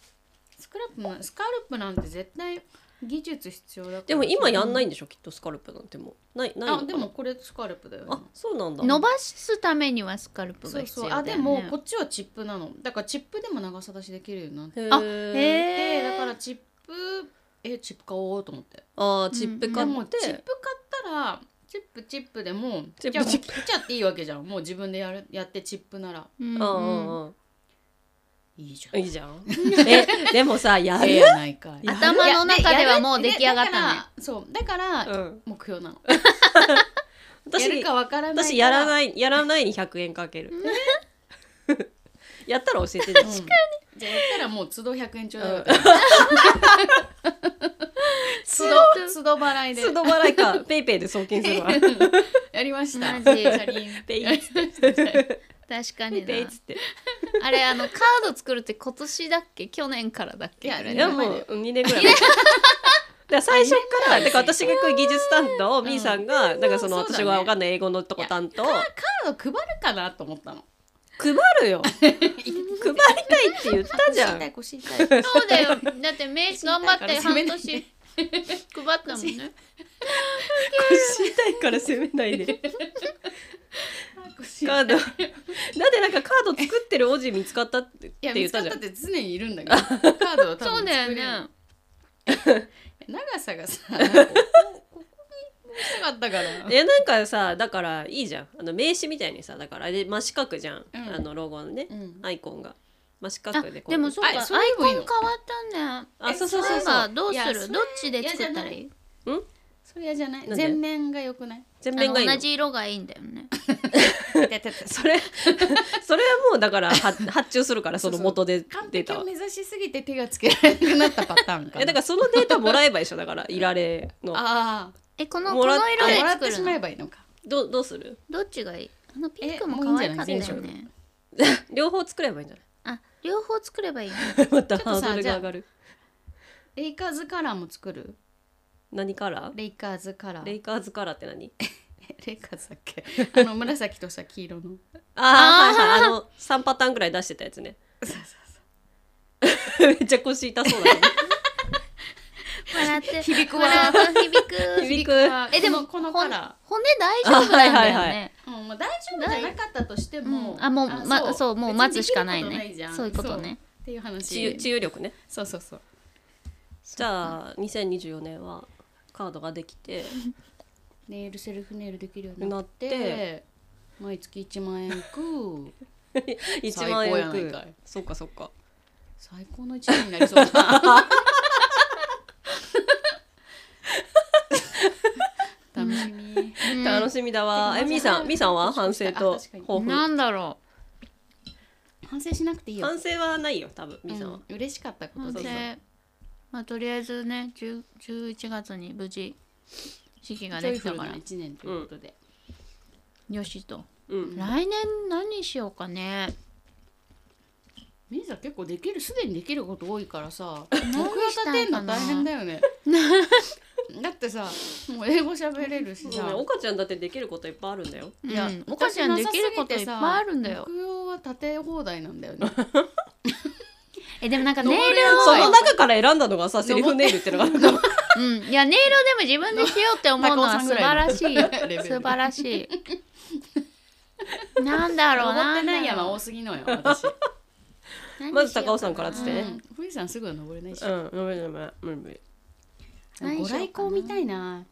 Speaker 1: スクラップもスカルプなんて絶対技術必要だから
Speaker 2: でも今やんないんでしょきっとスカルプなんてもうないないの
Speaker 1: あ
Speaker 2: かな
Speaker 1: でもこれスカルプだよね
Speaker 2: あそうなんだ
Speaker 3: 伸ばすためにはスカルプ
Speaker 1: そ
Speaker 3: が
Speaker 1: う
Speaker 3: 必
Speaker 1: そう
Speaker 3: 要だよ
Speaker 1: あ
Speaker 3: ね
Speaker 1: でもこっちはチップなのだからチップでも長さ出しできるようになって
Speaker 2: へ
Speaker 3: あ
Speaker 2: ー
Speaker 3: へえ
Speaker 1: だからチップえチップ買おうと思って
Speaker 2: あーチップ
Speaker 1: で
Speaker 2: 買っ
Speaker 1: もチップ買
Speaker 2: て
Speaker 1: ったらチップチップでも
Speaker 2: チッ
Speaker 1: じ
Speaker 2: プ
Speaker 1: ゃあもう
Speaker 2: チッ
Speaker 1: 切っちゃっていいわけじゃんもう自分でやるやってチップなら
Speaker 3: うん
Speaker 2: あーあ
Speaker 1: いいじゃ
Speaker 2: ー
Speaker 1: ん
Speaker 2: いいじゃんえでもさや
Speaker 1: ええ
Speaker 2: る
Speaker 1: やないかい
Speaker 2: やる
Speaker 3: 頭の中ではもう出来上がっ
Speaker 1: いや
Speaker 3: た
Speaker 1: だ
Speaker 3: ね
Speaker 1: からそうだから、
Speaker 2: うん
Speaker 1: 目標なのやる
Speaker 2: 私
Speaker 1: かわからないから
Speaker 2: 私やら
Speaker 1: い、
Speaker 2: ないやらないに100円かける やったら教えてね
Speaker 1: うん、じゃあやったらもう都度100円ちょうだい、
Speaker 2: うん
Speaker 1: 都度都度払いで
Speaker 2: 都度払いかペイペイで送金するわ
Speaker 1: やりました
Speaker 3: マジ
Speaker 1: チャリン
Speaker 2: ペイ
Speaker 1: やりました
Speaker 3: 確か
Speaker 2: ペイ
Speaker 3: にな
Speaker 2: ペイっつって
Speaker 3: あれあのカード作るって今年だっけ去年からだっけ
Speaker 1: いや
Speaker 3: ぐら
Speaker 2: い
Speaker 3: い
Speaker 2: や
Speaker 3: の
Speaker 2: もう2年ぐらい前 だから最初からだから私がこう技術担当みーさんがなんかその
Speaker 1: そうだ
Speaker 2: 私
Speaker 1: ね
Speaker 2: がわかんない英語のとこ担当
Speaker 1: カード配るか なと思ったの
Speaker 2: 配るよ 配りたいって言ったじゃ ん
Speaker 1: 腰痛い腰痛い
Speaker 3: そうだよ だって名 刺頑張って半年
Speaker 1: 攻め
Speaker 3: 配ったもんね
Speaker 2: 腰痛いから責めないで
Speaker 1: 腰痛い
Speaker 2: カー ドだってなんかカード作ってるおじ見つかったって
Speaker 1: いや
Speaker 2: 言
Speaker 1: 見
Speaker 2: っ
Speaker 1: つかっ
Speaker 2: たじゃ
Speaker 1: たっ
Speaker 2: ん
Speaker 1: て常にいるんだけどカードは多分
Speaker 3: そうだよ
Speaker 1: 作れる
Speaker 3: ね
Speaker 1: 長さがさなんかここここにしたかったから
Speaker 2: えなんかさだからいいじゃんあの名刺みたいにさだからで真四角じゃん、
Speaker 1: うん
Speaker 2: あのロゴのね、
Speaker 1: うん
Speaker 2: アイコンが真四
Speaker 3: あ
Speaker 2: 角でこう
Speaker 3: でもそうかアイ
Speaker 1: あ
Speaker 3: コ
Speaker 1: そ
Speaker 3: ン
Speaker 1: れでもいい
Speaker 3: 変
Speaker 1: の
Speaker 3: わったんだ
Speaker 2: あ
Speaker 1: え
Speaker 2: そうそう
Speaker 3: そ
Speaker 2: そうう
Speaker 3: いえ
Speaker 2: そ
Speaker 3: ば
Speaker 2: う
Speaker 3: どう
Speaker 1: いや
Speaker 3: す
Speaker 1: そ
Speaker 3: る
Speaker 1: れ
Speaker 3: どっちで作ったらいい
Speaker 1: それ嫌じゃない
Speaker 2: なんで
Speaker 1: 全面が良く ない
Speaker 2: 全
Speaker 3: あ
Speaker 2: 面がいい
Speaker 3: の
Speaker 2: の
Speaker 3: 同じ色がいいんだよね
Speaker 2: それ それはもうだから は発注するからその元で
Speaker 1: 完
Speaker 2: デー
Speaker 1: 璧
Speaker 2: タ
Speaker 1: を
Speaker 2: は
Speaker 1: 目指しすぎて手がつけられなくなったパターンか
Speaker 2: えだからそのデータもらえばいいでしょだからいられの
Speaker 1: あー
Speaker 3: えこの
Speaker 2: も
Speaker 3: こ
Speaker 2: らっ
Speaker 3: の色
Speaker 1: あ
Speaker 3: で
Speaker 1: もらってし
Speaker 3: 作
Speaker 1: まえ
Speaker 3: るの
Speaker 1: ばいいのか
Speaker 2: どうどうする
Speaker 3: どっちがいいあのピンク
Speaker 1: え
Speaker 3: も
Speaker 1: もう
Speaker 3: 可
Speaker 1: いいん
Speaker 3: 愛
Speaker 1: じ
Speaker 3: か
Speaker 1: ゃ
Speaker 3: った
Speaker 1: ない
Speaker 3: よね
Speaker 2: 両方作ればいいんじゃ
Speaker 3: あ両方作ればいいの
Speaker 2: ない また
Speaker 1: ちょっと
Speaker 2: ハ
Speaker 1: さ
Speaker 2: ードルが上がる
Speaker 1: レイカーズカラーも作る
Speaker 2: 何カラー
Speaker 1: レイカーズカラー
Speaker 2: レイカーズカラーって何
Speaker 1: レイカーズだっけ あの紫とさ黄色 の
Speaker 2: あーはいはいあの3パターンぐらい出してたやつねめっちゃ腰痛そうだ ね
Speaker 3: 笑っ て
Speaker 1: 響くわ
Speaker 3: 笑うと響く
Speaker 2: 響く
Speaker 3: えで も
Speaker 1: このこのカラ
Speaker 3: ほ骨大丈夫 なんだよね、
Speaker 2: あはいはいは
Speaker 1: ーうんまあ大丈夫じゃなかったとしても、
Speaker 3: うんあもうまそうもう待つしかない
Speaker 1: 別にできるこ
Speaker 3: ねそういうこ
Speaker 1: ないじゃ
Speaker 3: と
Speaker 1: ん
Speaker 3: ね
Speaker 1: っていう
Speaker 2: 治癒
Speaker 1: 話
Speaker 2: 治癒力ね
Speaker 1: そうそうそう
Speaker 2: じゃあ2024年はカードができて
Speaker 1: ネイルセルフネイルできるようになって
Speaker 2: なって
Speaker 1: 毎月1万円いく
Speaker 2: 1万
Speaker 1: 最
Speaker 2: 円い
Speaker 1: 高や
Speaker 2: く
Speaker 1: ないかい
Speaker 2: そうかそうか
Speaker 1: 最高の一年にな りそうだ な楽しみ
Speaker 3: うん
Speaker 2: 楽しみだわえみーさんみーさんは反省と
Speaker 1: 確かに
Speaker 2: 抱負
Speaker 3: なんだろ
Speaker 1: 反省しなくていいよ
Speaker 2: 反省はないよ多分
Speaker 1: う
Speaker 2: みーさんは
Speaker 1: ん、嬉しかったこ
Speaker 3: う
Speaker 1: とで
Speaker 2: そう
Speaker 1: い
Speaker 2: そう
Speaker 1: い
Speaker 3: でまあとりあえずね10 11月に無事式が
Speaker 1: ジョ
Speaker 3: で
Speaker 1: イフ
Speaker 3: きた
Speaker 1: ル
Speaker 3: か
Speaker 1: な
Speaker 3: ら
Speaker 1: 一年ということで、
Speaker 3: よしと
Speaker 2: うん
Speaker 3: 来年何しようかね
Speaker 1: ミーさん結構できるすでにできること多いからさ目
Speaker 3: したいかな
Speaker 1: 標立てんの大変だよ ねだってさもう英語喋れるしさ、
Speaker 2: 岡ちゃんだってできることいっぱいあるんだよ
Speaker 3: いやおかちゃんできることいっぱいあるんだよ
Speaker 1: 目標は立て放題なんだよね
Speaker 3: えでもなんかネイル
Speaker 2: その中から選んだのがさセリフネイルってのがあるの
Speaker 3: うんいやネイルでも自分でしようって思うのは素晴らしい
Speaker 1: 高尾さんぐらいのレベル
Speaker 3: 素晴らしいなんだろう
Speaker 1: 登
Speaker 3: な
Speaker 1: ってない山多すぎの よ私
Speaker 2: まず高尾山からっつ
Speaker 3: つ
Speaker 2: ってね
Speaker 1: 富士山すぐは登れないし、
Speaker 2: うん無理無理無理無理
Speaker 3: 何
Speaker 1: ご
Speaker 3: しようかな
Speaker 1: 来光みたいな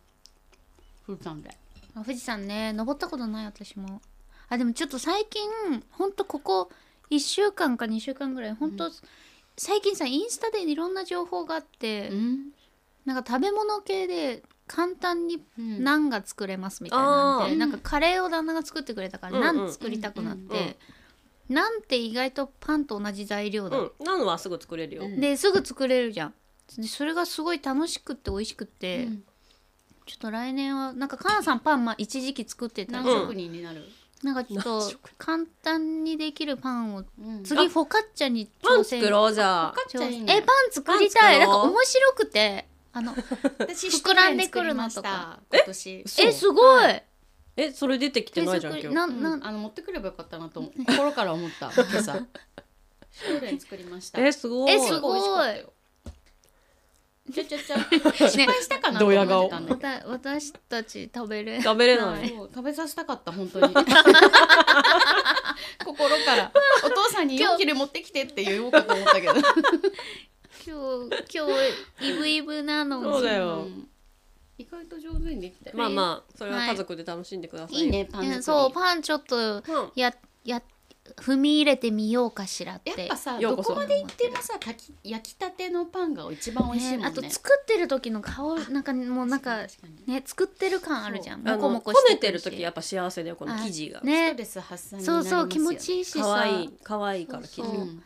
Speaker 1: 富士山で
Speaker 3: 富士山ね登ったことない私もあでもちょっと最近ほんとここ1週間か2週間ぐらいほんと、最近さインスタでいろんな情報があって、
Speaker 1: うん、
Speaker 3: なんか食べ物系で簡単に
Speaker 1: うん
Speaker 3: ナンが作れますみたいなんで、
Speaker 1: うん
Speaker 3: なんかカレーを旦那が作ってくれたから、
Speaker 2: うん
Speaker 3: ナ
Speaker 2: う
Speaker 3: ン
Speaker 2: ん
Speaker 3: 作りたくなっ
Speaker 1: うん
Speaker 2: うん
Speaker 3: て、ナンって意外とパンと同じ材料だ、
Speaker 2: うんなのはすぐ作れるよ
Speaker 1: うん
Speaker 3: ですぐ作れるじゃんでそれがすごい楽しくって美味しくって、
Speaker 1: うん
Speaker 3: ちょっと来年はなんかかなさんパンまあ一時期作ってた
Speaker 1: 何
Speaker 3: じゃん
Speaker 1: 職人になる、
Speaker 3: なんかちょっと
Speaker 2: 何色
Speaker 3: 簡単にできるパンを
Speaker 1: うん
Speaker 3: 次フォカッチャに
Speaker 2: パ
Speaker 3: 挑
Speaker 2: ン
Speaker 3: 戦
Speaker 2: 作ろうじゃあ
Speaker 1: 分かっちゃいい
Speaker 3: え
Speaker 1: ね
Speaker 3: パン作りた
Speaker 2: パ
Speaker 3: いな
Speaker 2: ン作ろうん
Speaker 3: か面白くてあの
Speaker 1: 私
Speaker 3: 膨らんでくるのとか
Speaker 1: 一人で作りました今年
Speaker 2: そう
Speaker 3: えすごい
Speaker 2: えそれ出てきてないじゃん
Speaker 3: 手作
Speaker 2: 今日
Speaker 3: りな
Speaker 1: うん
Speaker 3: んなん
Speaker 1: あの持ってくればよかったなと心から思った今朝一人で作りました
Speaker 2: えすごい
Speaker 3: えすごい
Speaker 1: 美味しかったよちゃちゃちゃ失敗したかなと
Speaker 2: ド
Speaker 1: 思
Speaker 2: ヤ
Speaker 1: って
Speaker 2: 顔
Speaker 1: たんだ
Speaker 3: ま
Speaker 1: け
Speaker 3: た私たち食べる
Speaker 2: 食べれ
Speaker 1: ど
Speaker 2: ない
Speaker 1: そう食べさせたかった本当に心からお父さんに
Speaker 3: 今日
Speaker 1: 4切れ持ってきてって言おうかと思ったけど
Speaker 3: 今日今日イブイブなの
Speaker 2: そうだよ
Speaker 1: ん意外と上手にできて
Speaker 2: まあまあそれは家族で楽しんでくださいよ
Speaker 1: いいねパン作
Speaker 3: う
Speaker 1: り
Speaker 3: んそうパンちょっと
Speaker 2: うん
Speaker 3: やや踏み入れてみようかしらって
Speaker 1: やっぱさ
Speaker 2: よう
Speaker 1: ど
Speaker 2: こそ
Speaker 1: こまで行ってもさ炊き焼きたてのパンが一番美味しいもんね
Speaker 3: あと作ってる時の顔なんかもうなんか
Speaker 1: 確に
Speaker 3: ね作ってる感あるじゃん
Speaker 2: あ
Speaker 3: もこ
Speaker 2: の
Speaker 3: も
Speaker 2: こ
Speaker 3: こして
Speaker 2: ねてる
Speaker 3: し
Speaker 2: 時やっぱ幸せだよこの生地が
Speaker 1: スト
Speaker 3: ね
Speaker 1: レス発散になり
Speaker 3: そ
Speaker 1: ま
Speaker 3: う
Speaker 1: す
Speaker 3: そ
Speaker 1: よ
Speaker 3: う気持ちいいしさ
Speaker 2: 可愛い可愛いから生
Speaker 3: そう
Speaker 2: 地
Speaker 3: そ
Speaker 1: う
Speaker 3: う
Speaker 1: ん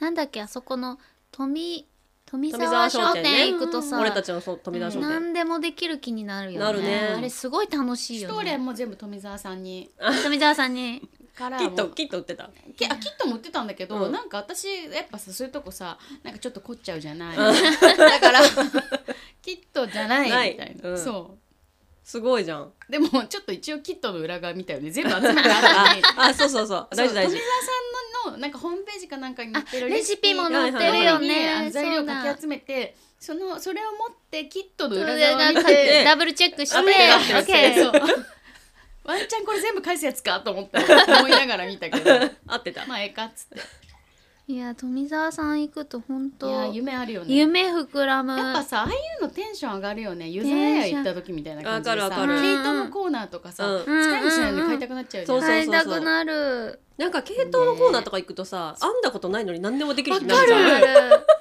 Speaker 3: なんだっけあそこの富富
Speaker 2: 富沢
Speaker 3: 沢商
Speaker 2: 商店ね
Speaker 3: 店行くとさ
Speaker 2: 俺たちのそう富田商店
Speaker 3: 何でもできる気になるよね
Speaker 2: なるね
Speaker 3: あれすごい楽しい
Speaker 1: シュ
Speaker 3: よ
Speaker 1: トーレ
Speaker 3: ね
Speaker 1: ンも全部富澤さんに
Speaker 3: 富澤さんに
Speaker 1: カラ
Speaker 2: キ
Speaker 1: ー
Speaker 2: ット
Speaker 1: も
Speaker 2: キット売ってた
Speaker 1: きあキットも売ってたんだけど、
Speaker 2: うん
Speaker 1: なんか私やっぱさそういうとこさなんかちょっと凝っちゃうじゃないだからキットじゃない
Speaker 2: ない
Speaker 1: みたいな、
Speaker 2: うん
Speaker 1: そ
Speaker 2: すごいじゃん
Speaker 1: うでもちょっと一応キットの裏側見たよね全部集 めてあるの
Speaker 2: あ
Speaker 1: に
Speaker 2: あそうそうそう大事大
Speaker 1: そう富澤
Speaker 2: 事
Speaker 1: さんのなんかホームページかなんかに載ってる
Speaker 3: あレシピも
Speaker 2: 載って
Speaker 1: はい
Speaker 2: る
Speaker 3: よね
Speaker 1: はいはいあの材料
Speaker 3: そうだ
Speaker 1: かき集めてそのそれを持ってキットの裏側
Speaker 3: 裏
Speaker 1: に立
Speaker 3: 側
Speaker 1: てて
Speaker 3: でダブルチェックして
Speaker 2: ダ
Speaker 3: オ
Speaker 2: ブルチェッ
Speaker 3: ッ
Speaker 2: クして
Speaker 3: ケー
Speaker 1: ワンチャンこれ全部返すやつかと思って思いながら見た けど
Speaker 2: 合ってた
Speaker 1: まあええかっつって
Speaker 3: いや富澤さん行くと本
Speaker 1: いや
Speaker 3: 当
Speaker 1: 夢あるよね
Speaker 3: 夢膨らむ
Speaker 1: やっぱさああいうのテンション上がるよね湯沢屋行った時みたいな感じでさ
Speaker 2: わ
Speaker 1: 毛
Speaker 2: か
Speaker 3: るわかる
Speaker 1: 糸のコーナーとかさ、
Speaker 2: うん
Speaker 1: 使い道ないのに買いたくなっちゃうじゃん、
Speaker 2: そうそう
Speaker 3: 買いたくなる
Speaker 2: なんか系統のコーナーとか行くとさ編んだことないのに何でもできる気にな
Speaker 1: わ
Speaker 2: る
Speaker 1: か
Speaker 2: じゃ
Speaker 1: る
Speaker 2: ん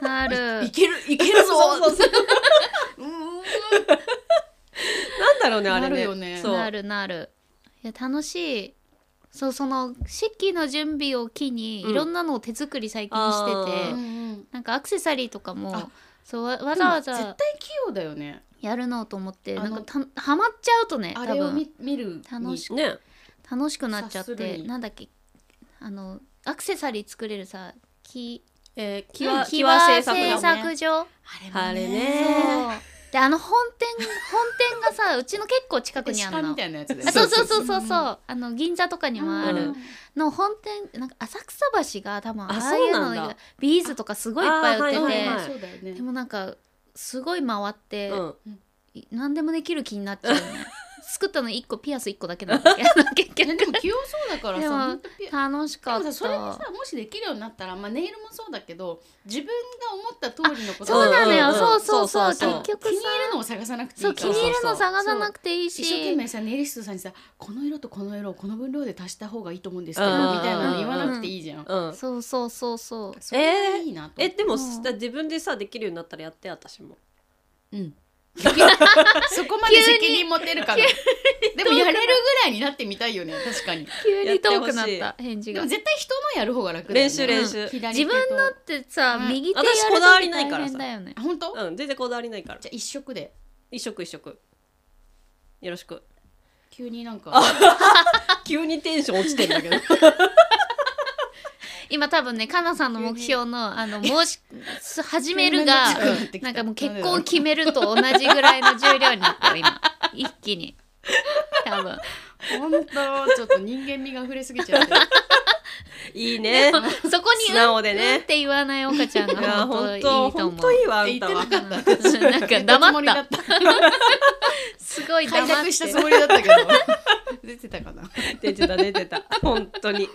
Speaker 3: なるなる
Speaker 1: いける いけるぞ
Speaker 2: そうそう
Speaker 1: そう
Speaker 2: なんだろうねあ
Speaker 1: なる
Speaker 2: れ
Speaker 1: よ
Speaker 2: ね
Speaker 1: ね
Speaker 2: そう
Speaker 3: なるなるいや楽しいそうその式の準備を機に、
Speaker 2: うん
Speaker 3: いろんなのを手作り最近して
Speaker 2: あ
Speaker 3: て、
Speaker 2: ー
Speaker 3: なんかアクセサリーとかも
Speaker 1: あ
Speaker 3: そうわわ
Speaker 1: わ
Speaker 3: ざ
Speaker 1: ざ
Speaker 3: わ
Speaker 1: わざ絶
Speaker 3: ざ
Speaker 1: 対器用だよね
Speaker 3: やるのと思って
Speaker 1: あ
Speaker 3: な
Speaker 1: の
Speaker 3: んかたハマっちゃうとね
Speaker 1: あ
Speaker 3: 多
Speaker 1: れを
Speaker 3: 分
Speaker 1: 見見るに
Speaker 3: 楽し
Speaker 2: ね
Speaker 3: 楽しくなっちゃ
Speaker 1: 察
Speaker 3: っ
Speaker 1: する
Speaker 3: て
Speaker 1: に
Speaker 3: なんだっけあのアクセサリー作れるさ木
Speaker 2: えーキワ
Speaker 3: 木
Speaker 2: キワ製作
Speaker 3: 製
Speaker 1: だ
Speaker 2: の
Speaker 3: 作所
Speaker 1: あ
Speaker 2: あ
Speaker 1: れ
Speaker 2: れ
Speaker 1: もね
Speaker 2: ね
Speaker 3: そうであの本店本店がさうちの結構近くにあ
Speaker 1: 鹿
Speaker 3: る
Speaker 1: み
Speaker 3: の
Speaker 1: たいなやつだよね
Speaker 3: あそうそうそうそうそうあの銀座とかにもあ
Speaker 2: う
Speaker 3: る
Speaker 2: ん
Speaker 3: の本店なんか浅草橋が多分
Speaker 2: あ
Speaker 3: ああいう
Speaker 2: そう
Speaker 3: の
Speaker 2: なん
Speaker 3: が
Speaker 2: だ
Speaker 3: ビーズとかすごいいっぱい売ってて、
Speaker 2: あはいはいはい
Speaker 1: そうだよね
Speaker 3: でもなんかすごい回って、
Speaker 2: うん
Speaker 3: い何でもできる気になっちゃうよね 作ったの1個ピアス1個だけなん だけど結
Speaker 1: いやで
Speaker 3: 局
Speaker 1: も器用そうだから
Speaker 3: で
Speaker 1: さ
Speaker 3: も
Speaker 1: ほんとピュ
Speaker 3: 楽しか
Speaker 1: で
Speaker 3: っ
Speaker 1: も
Speaker 3: た
Speaker 1: さそれもさもしできるようになったら、まあ、ネイルもそうだけど自分が思った通りのこと
Speaker 3: そうなのよ、
Speaker 2: うんうん
Speaker 3: そううんそうそう
Speaker 2: そうそうそう
Speaker 3: 結
Speaker 1: 気
Speaker 3: 局
Speaker 1: に
Speaker 3: さ
Speaker 1: 入るのを探さなくてい
Speaker 3: そう
Speaker 1: い
Speaker 3: 気
Speaker 1: から
Speaker 3: に
Speaker 2: そう
Speaker 3: 入る
Speaker 2: そ
Speaker 3: の
Speaker 2: う
Speaker 3: 探さなくていいし
Speaker 1: 一生懸命さネイリストさんにさこの色とこの色をこの分量で足した方がいいと思うんですけど
Speaker 2: うん
Speaker 1: みたいなの言わなくていいじゃん。
Speaker 2: うん
Speaker 3: そうそうそうそう
Speaker 1: それがいいなと。
Speaker 2: えでも、
Speaker 3: うん
Speaker 2: 自分でさできるようになったらやって私も
Speaker 1: うん。そこまで責任持てるから。でもやれるぐらいになってみたいよね確かに。
Speaker 3: 急
Speaker 2: やっ
Speaker 3: に
Speaker 2: て
Speaker 3: 遠
Speaker 2: ほしい
Speaker 3: くなった返事
Speaker 1: で
Speaker 3: が
Speaker 1: も絶対人のやる方が楽だよね。
Speaker 2: 練習練習、
Speaker 1: 左
Speaker 3: 自
Speaker 1: 手と
Speaker 3: 分のってさ、
Speaker 1: うん
Speaker 3: 右手やる
Speaker 2: 私
Speaker 3: と
Speaker 2: こだわり
Speaker 3: き
Speaker 2: ないから
Speaker 3: 大
Speaker 2: さ
Speaker 3: 変だよね
Speaker 1: あ本当？
Speaker 2: うん全然こだわりないから
Speaker 1: じゃあ一色で
Speaker 2: 一食一食よろしく
Speaker 1: 急になんか
Speaker 2: 急にテンション落ちてんだけど
Speaker 3: 今多分ねかなさんの目標のあの申 しす始める
Speaker 1: 急に
Speaker 3: が
Speaker 1: なってきた
Speaker 3: なんかもう結婚決めると同じぐらいの重量になった よ今一気に多分
Speaker 1: 本当ちょっと人間味が溢れすぎちゃってる。
Speaker 2: いいね
Speaker 3: そこに
Speaker 2: 素
Speaker 3: 「うん」
Speaker 2: 直で
Speaker 3: うんっ
Speaker 2: ね
Speaker 3: て言わない岡ちゃん
Speaker 2: いや
Speaker 3: が
Speaker 2: 本
Speaker 3: 本
Speaker 2: 当
Speaker 3: 当
Speaker 2: い
Speaker 3: い
Speaker 2: い
Speaker 3: いと思
Speaker 2: 本
Speaker 3: う
Speaker 2: 当いいわあんた
Speaker 1: 言
Speaker 2: は
Speaker 1: ってなかった。
Speaker 3: うん なんか黙
Speaker 1: 言
Speaker 3: った
Speaker 1: つもりだ
Speaker 3: すごい黙
Speaker 1: 開
Speaker 3: って
Speaker 1: 拓したつもりだったけど出てたかな
Speaker 2: 出てた出てた 本当に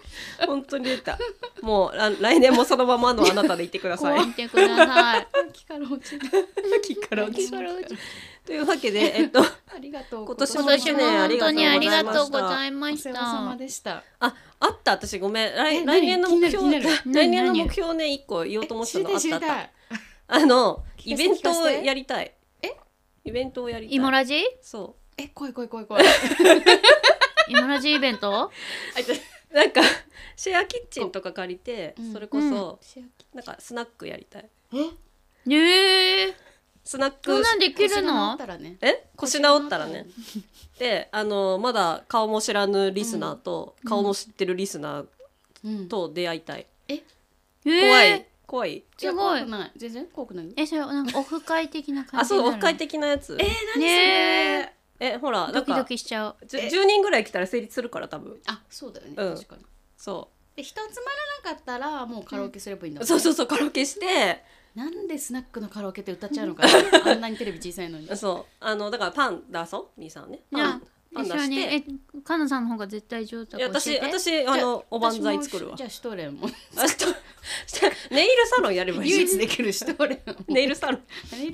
Speaker 2: 本当に出たもうら来年もそのままのあなたでいてください
Speaker 3: 見てくだ さい
Speaker 1: 木から落ちる
Speaker 2: きっから落ち
Speaker 3: それうち
Speaker 2: というわけでえっと
Speaker 1: ありがとう
Speaker 2: 今年
Speaker 3: 今
Speaker 2: も
Speaker 3: 年も本当にありがとうござい
Speaker 1: お
Speaker 3: まし
Speaker 1: 世話様
Speaker 3: た
Speaker 1: でした
Speaker 2: ああった私ごめん来
Speaker 1: え
Speaker 2: 来年の
Speaker 1: 何
Speaker 2: 目
Speaker 1: 気にな
Speaker 2: 標
Speaker 1: る気になる
Speaker 2: 来年の
Speaker 1: 何
Speaker 2: 目標ね一個言おうと思ってたのあ
Speaker 1: え
Speaker 2: っ
Speaker 1: 知り
Speaker 2: たあ
Speaker 1: たい
Speaker 2: った
Speaker 1: 知り
Speaker 2: あの
Speaker 1: 聞
Speaker 2: イ
Speaker 1: かせて
Speaker 2: ベント
Speaker 1: 聞
Speaker 2: を
Speaker 1: かせて
Speaker 2: やりたい
Speaker 1: え
Speaker 2: イベントをやりたい
Speaker 3: イモラジ
Speaker 2: そ
Speaker 1: たいえ来い来い来い来い
Speaker 3: イモラジイベント
Speaker 2: う なんかシェアキッチンとか借りて、
Speaker 1: うん
Speaker 2: それこそ、
Speaker 1: シェアキ
Speaker 2: なんかスナックやりたい
Speaker 1: え
Speaker 3: ねえ
Speaker 2: スナッ
Speaker 3: そん
Speaker 2: ク
Speaker 3: なんできる
Speaker 1: 腰が治
Speaker 3: の
Speaker 1: ったらね
Speaker 2: え腰治ったらねであのまだ顔も知らぬリスナーと、
Speaker 1: うん
Speaker 2: 顔も知ってるリスナー
Speaker 1: うん
Speaker 2: と出会いたい、怖
Speaker 3: 怖
Speaker 2: い怖い
Speaker 1: じゃあ
Speaker 3: すごい
Speaker 1: 怖くない全然怖くない
Speaker 3: えそれなんかオフ会的な感じ
Speaker 2: あそうオフ会
Speaker 3: 的
Speaker 2: 的なやつ
Speaker 1: えー何それ
Speaker 3: ね
Speaker 2: えほらな
Speaker 3: ド
Speaker 2: ん
Speaker 3: キ
Speaker 2: か
Speaker 3: ドキしちゃう
Speaker 2: じゅ10人ぐらい来たら成立するから多分
Speaker 1: あそうだよね
Speaker 2: うん
Speaker 1: 確かに
Speaker 2: そ
Speaker 1: で人集まらなかったらもうカラオケすればいいんだもんね
Speaker 2: そうそうそうカラオケして
Speaker 1: なんでスナックのカラオケって歌っちゃうのかなあんなにテレビ小さいのに
Speaker 2: そうあのだからパン出そうみーさんねパンパン出
Speaker 3: 一緒に
Speaker 2: して
Speaker 3: えカナさんの方が絶対上手だ
Speaker 2: い
Speaker 3: か
Speaker 2: や
Speaker 3: ら教え
Speaker 2: 私
Speaker 3: て
Speaker 2: 私あのおばんざい作るわ
Speaker 1: じゃあシュトーレンも
Speaker 2: あちょっと ちょっとネイルサロンやればいい
Speaker 1: 唯一できるシュトーレン
Speaker 2: ネイルサロン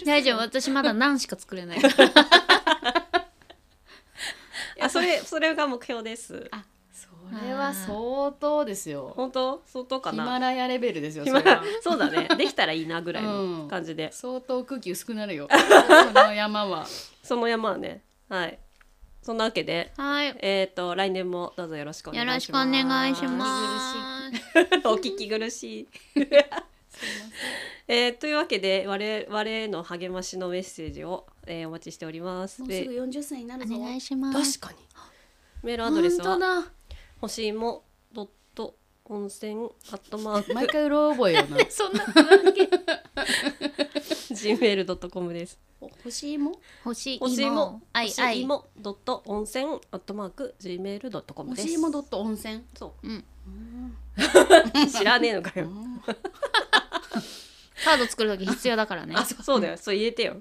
Speaker 3: 大丈夫私まだ何しか作れない
Speaker 2: あそれそれが目標です
Speaker 1: あそれは相当ですよ
Speaker 2: 本当相当か
Speaker 1: ヒ
Speaker 2: な
Speaker 1: マラヤレベルですよそ
Speaker 2: 暇
Speaker 1: れは
Speaker 2: そうだねできたらいいなぐらいの感じで、
Speaker 1: 相当空気薄くなるよその山は
Speaker 2: その山はねはいそんなわけで
Speaker 3: はい
Speaker 2: えっ、と来年もどうぞよろしくお願
Speaker 3: よ
Speaker 2: いしま
Speaker 3: ろ
Speaker 2: す
Speaker 3: しくお願いします
Speaker 2: す お聞き苦しい えーというわけで我我への励ましのメッセージを、えーお待ちしておりますで
Speaker 1: 40歳にな
Speaker 3: お願いします
Speaker 2: 確かにメールアドレスは
Speaker 3: 本
Speaker 2: ほしいもドット温泉アットマーク
Speaker 1: 毎回うろ覚えよな
Speaker 3: 当だそんな関係
Speaker 2: gmail.com です
Speaker 1: 欲しいも
Speaker 3: 欲しい
Speaker 2: ほしいも
Speaker 3: 芋あいあ
Speaker 2: ほしい
Speaker 3: い
Speaker 2: もドット温泉アットマーク gmail.com
Speaker 1: 欲
Speaker 2: です
Speaker 1: しいもドット温泉
Speaker 2: そううん
Speaker 3: ん
Speaker 2: 知らねえのかよ
Speaker 3: カード作るとき必要だからね
Speaker 2: あそうそうだよそう入れてよ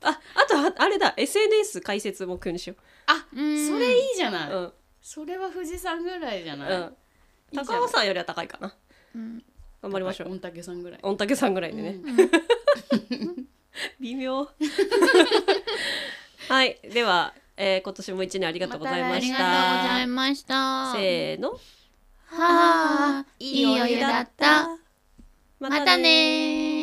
Speaker 2: ああとああれだ SNS 解説目標にしよ
Speaker 1: あ
Speaker 3: うん
Speaker 1: それいいじゃ
Speaker 2: う、
Speaker 1: ない、
Speaker 2: うん
Speaker 1: それは富士山ぐらいじゃない、
Speaker 2: うん、高尾山よりは高いかな
Speaker 3: うん
Speaker 2: 頑張りましょう
Speaker 1: 御嶽さんぐらい
Speaker 2: 御嶽山ぐらいでね、
Speaker 1: うん
Speaker 2: 微妙 はいでは、えー今年も一年ありがとうござい
Speaker 1: ま
Speaker 2: ま
Speaker 3: あ
Speaker 2: し
Speaker 3: り
Speaker 2: た
Speaker 3: がとうございました
Speaker 2: せーの
Speaker 3: はあいいお湯だったまたね